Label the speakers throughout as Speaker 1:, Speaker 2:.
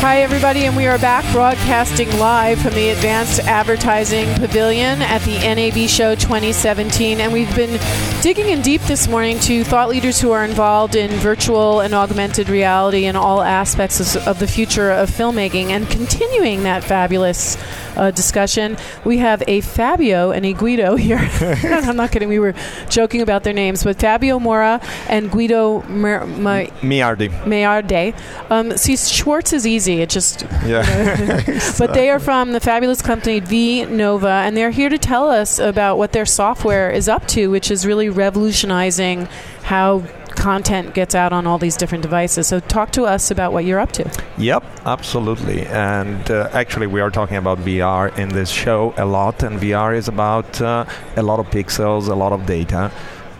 Speaker 1: Hi, everybody, and we are back broadcasting live from the Advanced Advertising Pavilion at the NAB Show 2017. And we've been digging in deep this morning to thought leaders who are involved in virtual and augmented reality and all aspects of, of the future of filmmaking. And continuing that fabulous uh, discussion, we have a Fabio and a Guido here. I'm not kidding, we were joking about their names, but Fabio Mora and Guido Mer- Ma-
Speaker 2: Miardi.
Speaker 1: Maillard Day. Um, see, Schwartz is easy. It just,
Speaker 2: Yeah.
Speaker 1: but they are from the fabulous company V Nova, and they're here to tell us about what their software is up to, which is really revolutionizing how content gets out on all these different devices. So, talk to us about what you're up to.
Speaker 2: yep, absolutely. And uh, actually, we are talking about VR in this show a lot, and VR is about uh, a lot of pixels, a lot of data,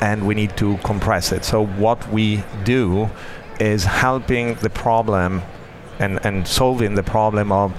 Speaker 2: and we need to compress it. So, what we do is helping the problem and, and solving the problem of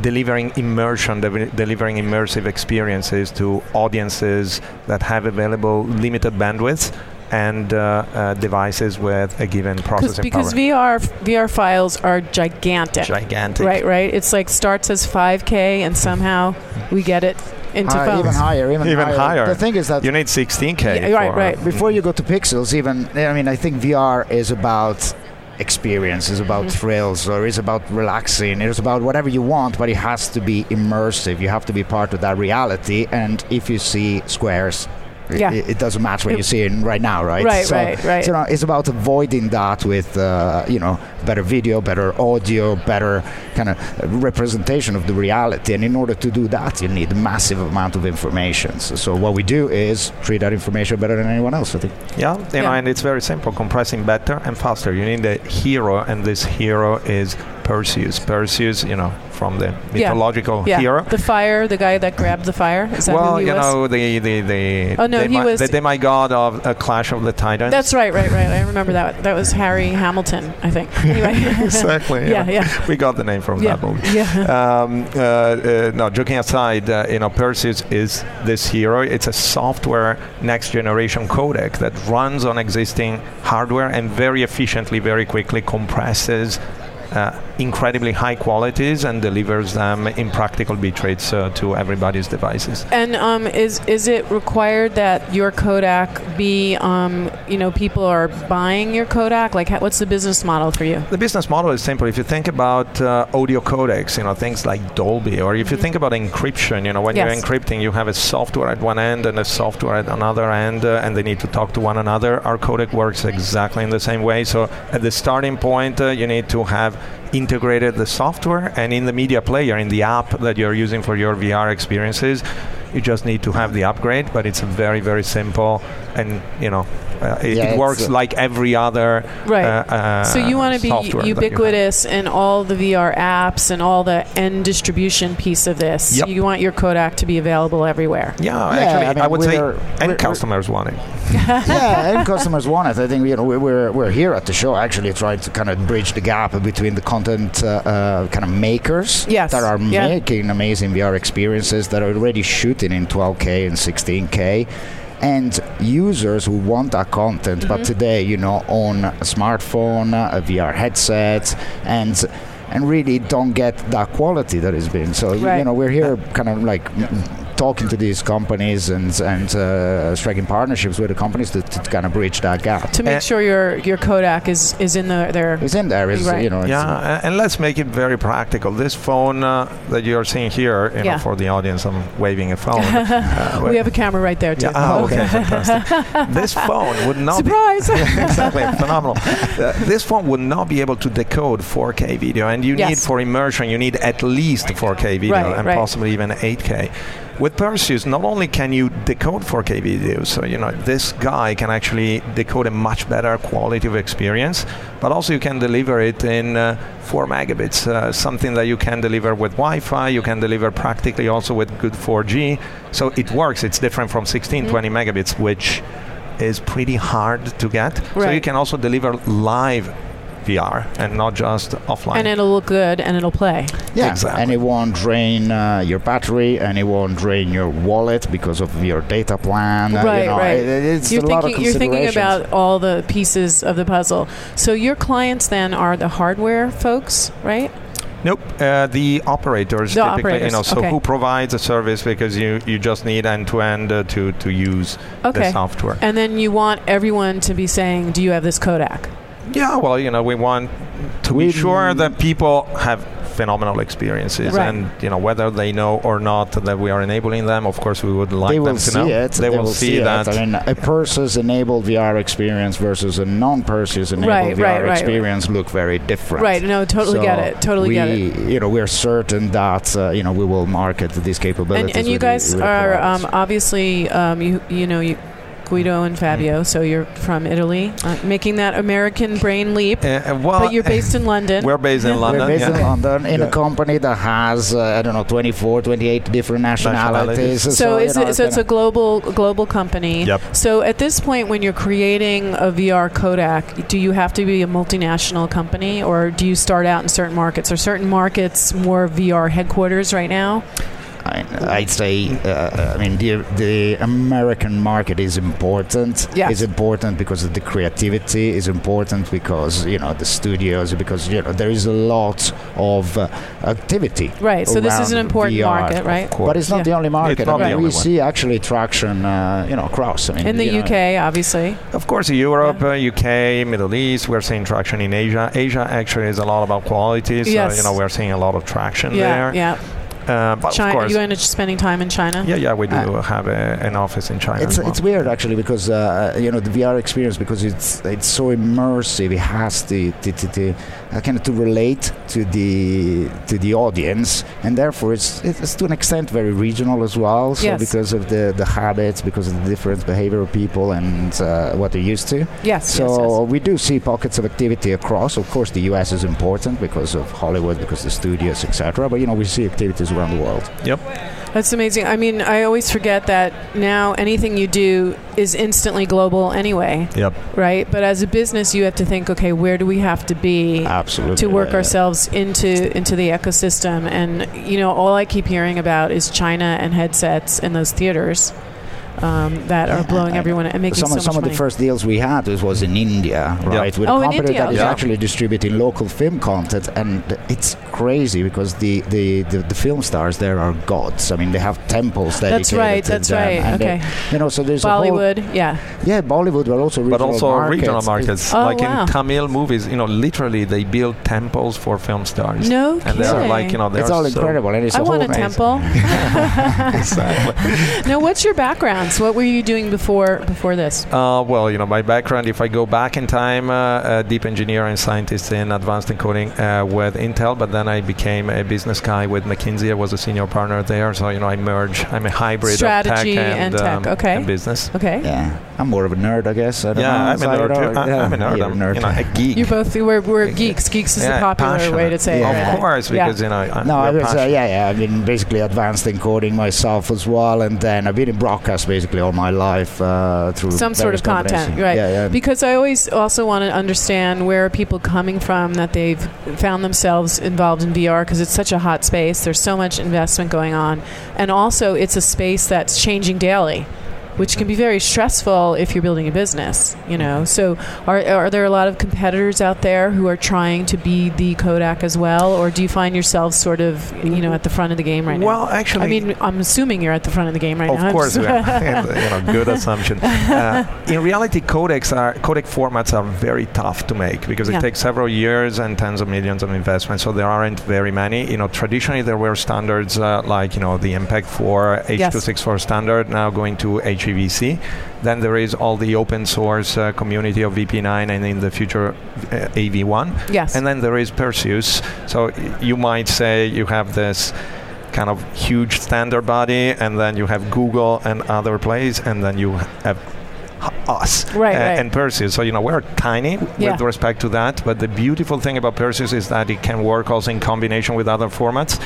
Speaker 2: delivering immersion, dev- delivering immersive experiences to audiences that have available limited bandwidth and uh, uh, devices with a given
Speaker 1: 'Cause-
Speaker 2: processing
Speaker 1: because
Speaker 2: power.
Speaker 1: VR VR files are gigantic.
Speaker 2: gigantic.
Speaker 1: Right, right. It's like starts as 5K, and somehow we get it into
Speaker 3: Hi-
Speaker 1: phones.
Speaker 3: even higher, even,
Speaker 2: Even higher.
Speaker 3: The thing is that
Speaker 2: You need 16k.
Speaker 1: Yeah, right,
Speaker 2: for- uh,
Speaker 1: right.
Speaker 3: before you go to pixels, even I mean, I think VR is about experience, is
Speaker 1: Mm.
Speaker 3: about thrills, or is about relaxing, it is about whatever you want, but it has to be immersive. You have to be part of that reality, and if you see squares. i-
Speaker 1: Yeah.
Speaker 3: i- It, doesn't matter what
Speaker 1: It-
Speaker 3: you see in right now, right?
Speaker 1: Right, right, right.
Speaker 3: So no, it's about avoiding that with, uh, you know, better video, better audio, better kind of representation of the reality. And in order to do that, you need massive amount of information. So, so what we do is treat that information better than anyone else. I think.
Speaker 2: Yeah, you know,
Speaker 1: Yeah.
Speaker 2: and it's very simple. Compressing better and faster. You need a hero, and this hero is Perseus. Perseus, you know, from the
Speaker 1: Yeah.
Speaker 2: mythological
Speaker 1: yeah,
Speaker 2: hero.
Speaker 1: the fire, the guy that grabbed the fire. Is that who
Speaker 2: well,
Speaker 1: he
Speaker 2: you
Speaker 1: was?
Speaker 2: know, the the the,
Speaker 1: Oh, no, he
Speaker 2: demi-
Speaker 1: was-
Speaker 2: the demigod of a Clash of the Titans.
Speaker 1: That's right, right, right. I remember that. That was Harry Hamilton, I think. Anyway.
Speaker 2: exactly.
Speaker 1: yeah, yeah,
Speaker 2: We got the name from
Speaker 1: yeah,
Speaker 2: that movie.
Speaker 1: yeah.
Speaker 2: um, uh, uh, no, joking aside, uh, you know, Perseus is this hero. It's a software next generation codec that runs on existing hardware and very efficiently, very quickly compresses uh, incredibly high qualities and delivers them in practical bitrates uh, to everybody's devices.
Speaker 1: And um, is is it required that your Kodak be, um, you know, people are buying your Kodak? Like, ha- what's the business model for you?
Speaker 2: The business model is simple. If you think about uh, audio codecs, you know things like Dolby, or if you think about encryption, you know when you're
Speaker 1: Mm-hmm. Yes.
Speaker 2: encrypting, you have a software at one end and a software at another end, uh, and they need to talk to one another. Our codec works exactly in the same way. So at the starting point, uh, you need to have integrated the software, and in the media player, in the app that you're using for your VR experiences, you just need to have the upgrade. But it's very, very simple, and you know. Uh, it,
Speaker 3: Yeah,
Speaker 2: it
Speaker 3: it's,
Speaker 2: works
Speaker 3: uh,
Speaker 2: like every other
Speaker 1: Right.
Speaker 2: uh, uh,
Speaker 1: so you want to
Speaker 2: software that
Speaker 1: be
Speaker 2: you have.
Speaker 1: ubiquitous in all the VR apps and all the end distribution piece of this.
Speaker 2: Yep.
Speaker 1: You want your Kodak to be available everywhere.
Speaker 2: Yeah,
Speaker 3: Yeah,
Speaker 2: actually, I,
Speaker 3: I mean,
Speaker 2: would say,
Speaker 3: we're-
Speaker 2: and
Speaker 3: we're-
Speaker 2: customers want it.
Speaker 3: yeah, and customers want it. I think you know we- we're we're here at the show actually trying to kind of bridge the gap between the content uh, uh, kind of makers
Speaker 1: Yes,
Speaker 3: that are
Speaker 1: yeah.
Speaker 3: making amazing VR experiences that are already shooting in 12k and 16k. And users who want that content, but
Speaker 1: Mm-hmm.
Speaker 3: today, you know, on a smartphone, a VR headset, and and really don't get that quality that is being. So you
Speaker 1: Right.
Speaker 3: know, we're here kind of like mm, talking to these companies and and uh, striking partnerships with the companies to, to kind of bridge that gap.
Speaker 1: To make
Speaker 2: Uh,
Speaker 1: sure your your Kodak is is in the their
Speaker 3: It's in there, is
Speaker 1: Right.
Speaker 3: you know. it's-
Speaker 2: Yeah, a- and let's make it very practical. This phone uh, that you are seeing here, you
Speaker 1: Yeah.
Speaker 2: know, for the audience, I'm waving a phone. Uh,
Speaker 1: we have a camera right there too.
Speaker 2: yeah, ah, okay, fantastic. this phone would not be
Speaker 1: Surprise!
Speaker 2: exactly phenomenal. Uh, this phone would not be able to decode 4K video, and you need
Speaker 1: Yes.
Speaker 2: for immersion, you need at least 4K video
Speaker 1: Right,
Speaker 2: and
Speaker 1: right.
Speaker 2: possibly even 8K. With Perseus, not only can you decode 4K video, so you know this guy can actually decode a much better quality of experience, but also you can deliver it in uh, four megabits, uh, something that you can deliver with Wi-Fi. You can deliver practically also with good 4G. So it works. It's different from 16, 20 megabits, which is pretty hard to get. So you
Speaker 1: Right.
Speaker 2: can also deliver live VR and not just offline.
Speaker 1: And it'll look good and it'll play.
Speaker 3: Yeah,
Speaker 2: Exactly.
Speaker 3: and it won't drain uh, your battery, and it won't drain your wallet because of your data plan. uh, you
Speaker 1: right,
Speaker 3: know,
Speaker 1: right.
Speaker 3: it- it- it's
Speaker 1: you're
Speaker 3: a lot of
Speaker 1: thinking, you're thinking
Speaker 3: considerations.
Speaker 1: about all the pieces of the puzzle. So your clients then are the hardware folks, right?
Speaker 2: Nope, uh, the operators
Speaker 1: The
Speaker 2: typically, you know,
Speaker 1: operators,
Speaker 2: so
Speaker 1: okay.
Speaker 2: who provides a service because you, you just need end to end to to use
Speaker 1: Okay.
Speaker 2: the software.
Speaker 1: And then you want everyone to be saying, "Do you have this Kodak?"
Speaker 2: Yeah, well, you know, we want to
Speaker 3: We-
Speaker 2: be sure that people have phenomenal experiences,
Speaker 1: Right.
Speaker 2: and you know, whether they know or not that we are enabling them. Of course, we would like
Speaker 3: they
Speaker 2: them
Speaker 3: will
Speaker 2: to
Speaker 3: see
Speaker 2: know.
Speaker 3: it.
Speaker 2: They, will see,
Speaker 3: it.
Speaker 2: that.
Speaker 3: I mean, a Perseus enabled VR experience versus a non Perseus enabled
Speaker 1: Right,
Speaker 3: VR
Speaker 1: right, right.
Speaker 3: experience look very different.
Speaker 1: Right. No, totally
Speaker 3: So
Speaker 1: get it. Totally
Speaker 3: we,
Speaker 1: get it.
Speaker 3: You know, we're certain that uh, you know we will market these capabilities.
Speaker 1: And, and you
Speaker 3: with the-
Speaker 1: guys
Speaker 3: with the
Speaker 1: are
Speaker 3: providers.
Speaker 1: um, obviously, um, you you know, you, Guido
Speaker 3: Mm-hmm.
Speaker 1: and Fabio. So you're from Italy, uh, making that American brain leap.
Speaker 2: Uh, uh, well,
Speaker 1: But you're based in London.
Speaker 2: we're based in London.
Speaker 3: We're based
Speaker 2: yeah.
Speaker 3: in London in a
Speaker 2: Yeah.
Speaker 3: company that has uh, I don't know 24, 28 different nationalities.
Speaker 2: Nationalities.
Speaker 1: so,
Speaker 3: you
Speaker 1: is
Speaker 3: know,
Speaker 1: it, so it's a
Speaker 3: kinda-
Speaker 1: global global company.
Speaker 2: Yep.
Speaker 1: So at this point, when you're creating a VR Kodak, do you have to be a multinational company, or do you start out in certain markets? Are certain markets more VR headquarters right now?
Speaker 3: I, I'd say, uh, I mean, the, the American market is important.
Speaker 1: Yes.
Speaker 3: It's important because of the creativity is important because, you know, the studios, because, you know, there is a lot of uh, activity.
Speaker 1: Right. So this is an
Speaker 3: around
Speaker 1: important
Speaker 3: VR.
Speaker 1: market, right?
Speaker 2: course.
Speaker 3: But it's not
Speaker 1: Yeah.
Speaker 3: the only market.
Speaker 2: not
Speaker 3: I mean,
Speaker 2: the
Speaker 3: we
Speaker 2: only one.
Speaker 3: see actually traction, uh, you know, across. I mean,
Speaker 1: In the
Speaker 3: you know,
Speaker 1: UK, obviously.
Speaker 2: Of course, Europe, uh, UK, Middle East, we're seeing traction in Asia. Asia actually is a lot about quality, so
Speaker 1: Yes.
Speaker 2: you know we're seeing a lot of traction
Speaker 1: Yeah.
Speaker 2: there.
Speaker 1: Yeah.
Speaker 2: Uh, but of
Speaker 1: China.
Speaker 2: course,
Speaker 1: You end up spending time in China.
Speaker 2: yeah, yeah, we do
Speaker 3: Uh,
Speaker 2: have a, an office in China.
Speaker 3: It's,
Speaker 2: as well.
Speaker 3: it's weird actually because uh, you know the VR experience because it's it's so immersive. It has to to, to, to uh, kind of to relate to the to the audience, and therefore it's it's to an extent very regional as well. So
Speaker 1: Yes.
Speaker 3: because of the the habits, because of the different behavior of people and uh, what they're used to.
Speaker 1: Yes.
Speaker 3: So
Speaker 1: yes, yes.
Speaker 3: we do see pockets of activity across. Of course, the U.S. is important because of Hollywood, because the studios, etc. But you know we see activities around the world.
Speaker 2: Yep.
Speaker 1: That's amazing. I mean, I always forget that now anything you do is instantly global anyway,
Speaker 2: Yep.
Speaker 1: right? But as a business, you have to think, okay, where do we have to be
Speaker 3: Absolutely.
Speaker 1: to work
Speaker 3: Yeah, yeah.
Speaker 1: ourselves into into the ecosystem? And you know, all I keep hearing about is China and headsets and those theaters um, that are
Speaker 3: Yeah, I
Speaker 1: blowing
Speaker 3: know.
Speaker 1: everyone and making
Speaker 3: some,
Speaker 1: so
Speaker 3: of-
Speaker 1: much
Speaker 3: some of
Speaker 1: money.
Speaker 3: the first deals we had was, was in India, right? With
Speaker 1: Oh,
Speaker 3: a
Speaker 1: in
Speaker 3: company
Speaker 1: India,
Speaker 3: that is
Speaker 2: yeah.
Speaker 3: actually distributing local film content, and it's crazy because the, the, the, the film stars there are gods. I mean, they have temples dedicated
Speaker 1: That's right,
Speaker 3: to
Speaker 1: that's
Speaker 3: them,
Speaker 1: right,
Speaker 3: and they-
Speaker 1: okay.
Speaker 3: you know, so there's a
Speaker 1: Bollywood, yeah,
Speaker 3: whole, yeah, Bollywood, but also regional
Speaker 2: But also
Speaker 3: markets.
Speaker 2: regional
Speaker 3: It's-
Speaker 2: markets,
Speaker 1: Oh,
Speaker 2: like
Speaker 1: wow.
Speaker 2: in Tamil movies, you know, literally they build temples for film stars.
Speaker 1: No
Speaker 2: and they're like,
Speaker 1: kidding.
Speaker 2: you know, they're
Speaker 3: It's all
Speaker 2: so
Speaker 3: incredible, and it's
Speaker 1: I
Speaker 3: a
Speaker 1: want a
Speaker 3: whole-
Speaker 1: temple.
Speaker 2: Exactly.
Speaker 1: now, what's your background? So what were you doing before before this?
Speaker 2: Uh, well, you know, my background, if I go back in time, uh, uh, deep engineer and scientist in advanced encoding uh, with Intel, but then I became a business guy with McKinsey. I was a senior partner there. So, you know, I merge, I'm a hybrid of tech
Speaker 1: Strategy and
Speaker 2: and,
Speaker 1: tech,
Speaker 2: um,
Speaker 1: okay.
Speaker 2: and business.
Speaker 1: Okay.
Speaker 3: Yeah, I'm more of a nerd, I guess. I don't
Speaker 2: Yeah,
Speaker 3: know.
Speaker 2: I'm a
Speaker 3: So I
Speaker 2: nerd.
Speaker 3: don't-
Speaker 2: Too. I-
Speaker 3: yeah,
Speaker 2: I'm a nerd.
Speaker 3: you're
Speaker 2: I'm you know, a geek.
Speaker 1: You both we're, we're geeks. Geeks is
Speaker 2: Yeah,
Speaker 1: the popular way
Speaker 2: passionate.
Speaker 1: to say
Speaker 3: Yeah.
Speaker 1: it.
Speaker 3: Of
Speaker 1: right?
Speaker 2: course,
Speaker 1: Yeah.
Speaker 2: because you know, I-
Speaker 3: No,
Speaker 2: we're
Speaker 3: I was, uh,
Speaker 2: passionate.
Speaker 3: yeah, yeah. I've been basically advanced encoding myself as well, and then I've been in broadcast basically all my life uh, through
Speaker 1: some sort
Speaker 3: various
Speaker 1: of content,
Speaker 3: combinations.
Speaker 1: right?
Speaker 3: Yeah, yeah.
Speaker 1: Because I always also want to understand where are people coming from that they've found themselves involved in VR because it's such a hot space. There's so much investment going on, and also it's a space that's changing daily. Which can be very stressful if you're building a business, you know. So, are, are there a lot of competitors out there who are trying to be the Kodak as well, or do you find yourself sort of, you know, at the front of the game right now?
Speaker 2: Well, actually,
Speaker 1: I mean, I'm assuming you're at the front of the game right now.
Speaker 2: Of
Speaker 1: I'm
Speaker 2: course,
Speaker 1: just-
Speaker 2: we are. And, uh, you know, good assumption. Uh, in reality, codecs are codec formats are very tough to make because
Speaker 1: Yeah.
Speaker 2: it takes several years and tens of millions of investment. So there aren't very many. You know, traditionally there were standards uh, like you know the MPEG-4,
Speaker 1: Yes.
Speaker 2: H.264 standard. Now going to HEVC. Then there is all the open source uh, community of VP9 and in the future uh, AV1.
Speaker 1: yes.
Speaker 2: And then there is Perseus. So y- you might say you have this kind of huge standard body, and then you have Google and other plays, and then you have h- us
Speaker 1: Right,
Speaker 2: a-
Speaker 1: right.
Speaker 2: and Perseus. So, you know, we're tiny
Speaker 1: Yeah.
Speaker 2: with respect to that. But the beautiful thing about Perseus is that it can work also in combination with other formats.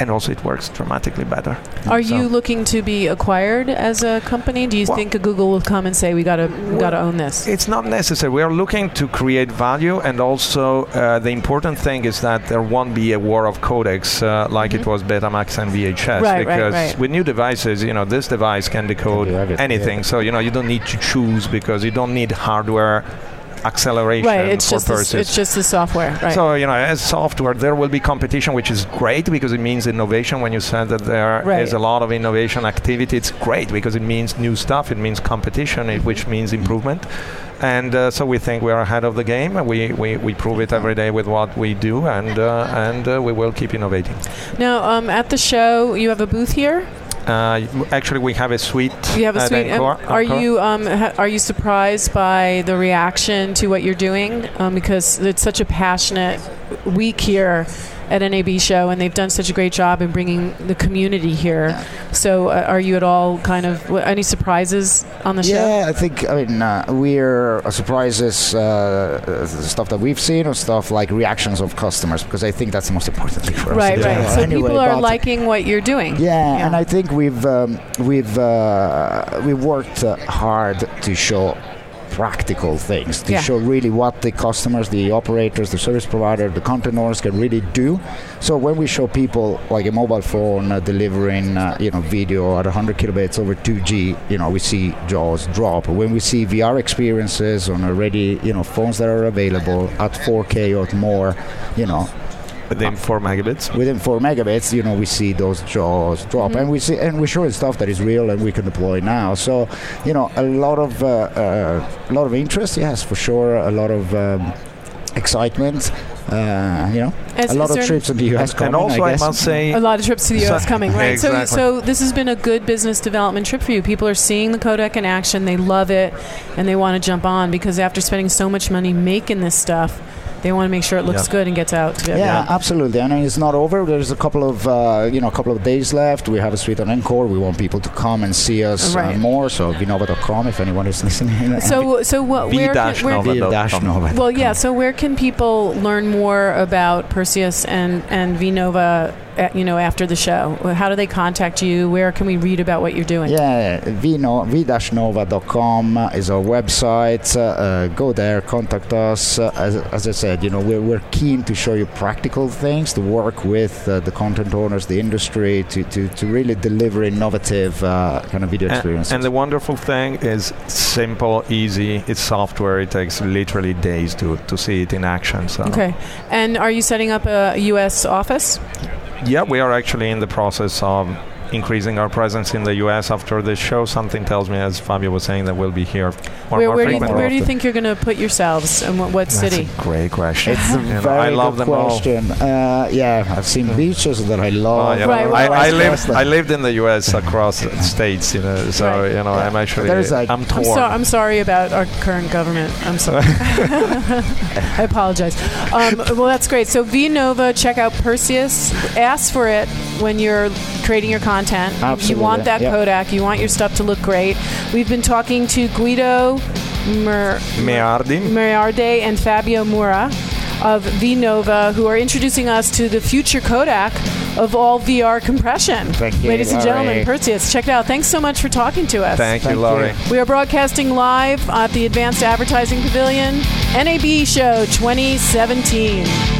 Speaker 2: And also, it works dramatically better.
Speaker 1: Are
Speaker 2: So-
Speaker 1: you looking to be acquired as a company? Do you
Speaker 2: Well-
Speaker 1: think Google will come and say we gotta we gotta own this?
Speaker 2: It's not necessary. We are looking to create value, and also uh, the important thing is that there won't be a war of codecs uh, like it was Betamax and VHS.
Speaker 1: Mm-hmm. Right, right,
Speaker 2: because
Speaker 1: right.
Speaker 2: with new devices, you know, this device can decode
Speaker 3: do everything,
Speaker 2: anything. So you know, you don't need to choose because you don't need hardware acceleration
Speaker 1: right. It's
Speaker 2: for
Speaker 1: just
Speaker 2: purchase.
Speaker 1: this, it's just the software. Right.
Speaker 2: So you know, as software, there will be competition, which is great because it means innovation. When you said that there is
Speaker 1: Right.
Speaker 2: a lot of innovation activity, it's great because it means new stuff. It means competition, it, which means improvement. And uh, so we think we are ahead of the game. and We, we, we prove it every day with what we do, and uh, and uh, we will keep innovating.
Speaker 1: now um, at the show, you have a booth here.
Speaker 2: Uh, actually, we have a suite.
Speaker 1: You have a
Speaker 2: at
Speaker 1: suite. and
Speaker 2: Encore-
Speaker 1: are
Speaker 2: Encore.
Speaker 1: you um, ha- are you surprised by the reaction to what you're doing? Um, because it's such a passionate week here at NAB show, and they've done such a great job in bringing the community here. So, uh, are you at all kind of wh- any surprises on the show?
Speaker 3: Yeah, I think I mean uh, we're uh, surprises uh, uh, stuff that we've seen or stuff like reactions of customers because I think that's the most important thing for us.
Speaker 1: Right,
Speaker 3: in
Speaker 1: right.
Speaker 3: general.
Speaker 1: So
Speaker 3: Anyway,
Speaker 1: people are
Speaker 3: but- uh,
Speaker 1: liking what you're doing.
Speaker 3: Yeah,
Speaker 1: Yeah.
Speaker 3: and I think we've um, we've uh, we worked uh, hard to show practical things to
Speaker 1: Yeah.
Speaker 3: show really what the customers the operators the service provider the content owners can really do so when we show people like a mobile phone uh, delivering uh, you know video at 100 kilobits over 2g you know we see jaws drop when we see vr experiences on already you know phones that are available at 4k or more you know
Speaker 2: within four megabits?
Speaker 3: within four megabits, you know, we see those jaws drop,
Speaker 1: Mm-hmm.
Speaker 3: and we see and we show you stuff that is real and we can deploy now. So, you know, a lot of uh, uh, a lot of interest, yes, for sure, a lot of um, excitement, uh, you know,
Speaker 1: Is-
Speaker 3: a
Speaker 1: is
Speaker 3: lot
Speaker 1: there-
Speaker 3: of trips in the US.
Speaker 2: and
Speaker 3: coming,
Speaker 2: also,
Speaker 3: I,
Speaker 2: I,
Speaker 3: guess.
Speaker 2: must say,
Speaker 1: A lot of trips to the
Speaker 2: So-
Speaker 1: U.S. coming, right? So,
Speaker 2: Exactly.
Speaker 1: so this has been a good business development trip for you. People are seeing the codec in action, they love it, and they want to jump on because after spending so much money making this stuff, they want to make sure it looks
Speaker 2: Yeah.
Speaker 1: good and gets out. To everyone.
Speaker 3: Yeah, absolutely. And it's not over. There's a couple of uh, you know a couple of days left. We have a suite on Encore. We want people to come and see us uh,
Speaker 1: Right.
Speaker 3: more. So vinova.com if anyone is listening.
Speaker 1: So, so what? Where? Can,
Speaker 2: V-Nova.
Speaker 1: where
Speaker 3: Nova.
Speaker 1: well, yeah. So, where can people learn more about Perseus and and Vinova? At, you know, after the show, how do they contact you? Where can we read about what you're doing?
Speaker 3: Yeah, vino, v-nova.com is our website. Uh, uh, go there, contact us. Uh, as, as I said, you know, we're, we're keen to show you practical things, to work with uh, the content owners, the industry, to, to, to really deliver innovative uh, kind of video
Speaker 2: A-
Speaker 3: experiences.
Speaker 2: And the wonderful thing is simple, easy. It's software. It takes literally days to, to see it in action. So
Speaker 1: Okay. And are you setting up a U.S. office?
Speaker 2: yeah, we are actually in the process of increasing our presence in the U.S. After this show, something tells me, as Fabio was saying, that we'll be here more,
Speaker 1: Where,
Speaker 2: more
Speaker 1: where, do you,
Speaker 2: frequently.
Speaker 1: where do you
Speaker 3: often.
Speaker 1: think you're going to put yourselves and what, what
Speaker 2: That's
Speaker 1: city?
Speaker 2: a great question.
Speaker 3: it's a
Speaker 2: You know,
Speaker 3: very
Speaker 2: I love
Speaker 3: good
Speaker 2: them all.
Speaker 3: question. Uh, yeah, I've seen beaches that I
Speaker 2: Oh,
Speaker 3: love.
Speaker 2: yeah.
Speaker 1: Right,
Speaker 2: I,
Speaker 1: well,
Speaker 2: I,
Speaker 1: it's
Speaker 2: lived, I lived in the U.S. across states, you know, so
Speaker 1: Right.
Speaker 2: you know I'm actually
Speaker 3: There's a-
Speaker 2: I'm
Speaker 1: I'm,
Speaker 2: torn.
Speaker 1: so, um, I'm sorry about our current government. I'm sorry. I apologize. Um, well, that's great. So, VNova, check out Perseus. Ask for it when you're creating your content. You
Speaker 3: Absolutely,
Speaker 1: want that
Speaker 3: yeah.
Speaker 1: Kodak. You want your stuff to look great. We've been talking to Guido Mer-
Speaker 2: Meardi.
Speaker 1: Meriarde and Fabio Mura of VNova, who are introducing us to the future Kodak of all VR compression.
Speaker 3: Thank you,
Speaker 1: Ladies and
Speaker 3: Laurie.
Speaker 1: gentlemen, Perseus, check it out. Thanks so much for talking to us.
Speaker 2: Thank,
Speaker 3: Thank
Speaker 2: you,
Speaker 3: you.
Speaker 2: Laurie.
Speaker 1: We are broadcasting live at the Advanced Advertising Pavilion, NAB Show 2017.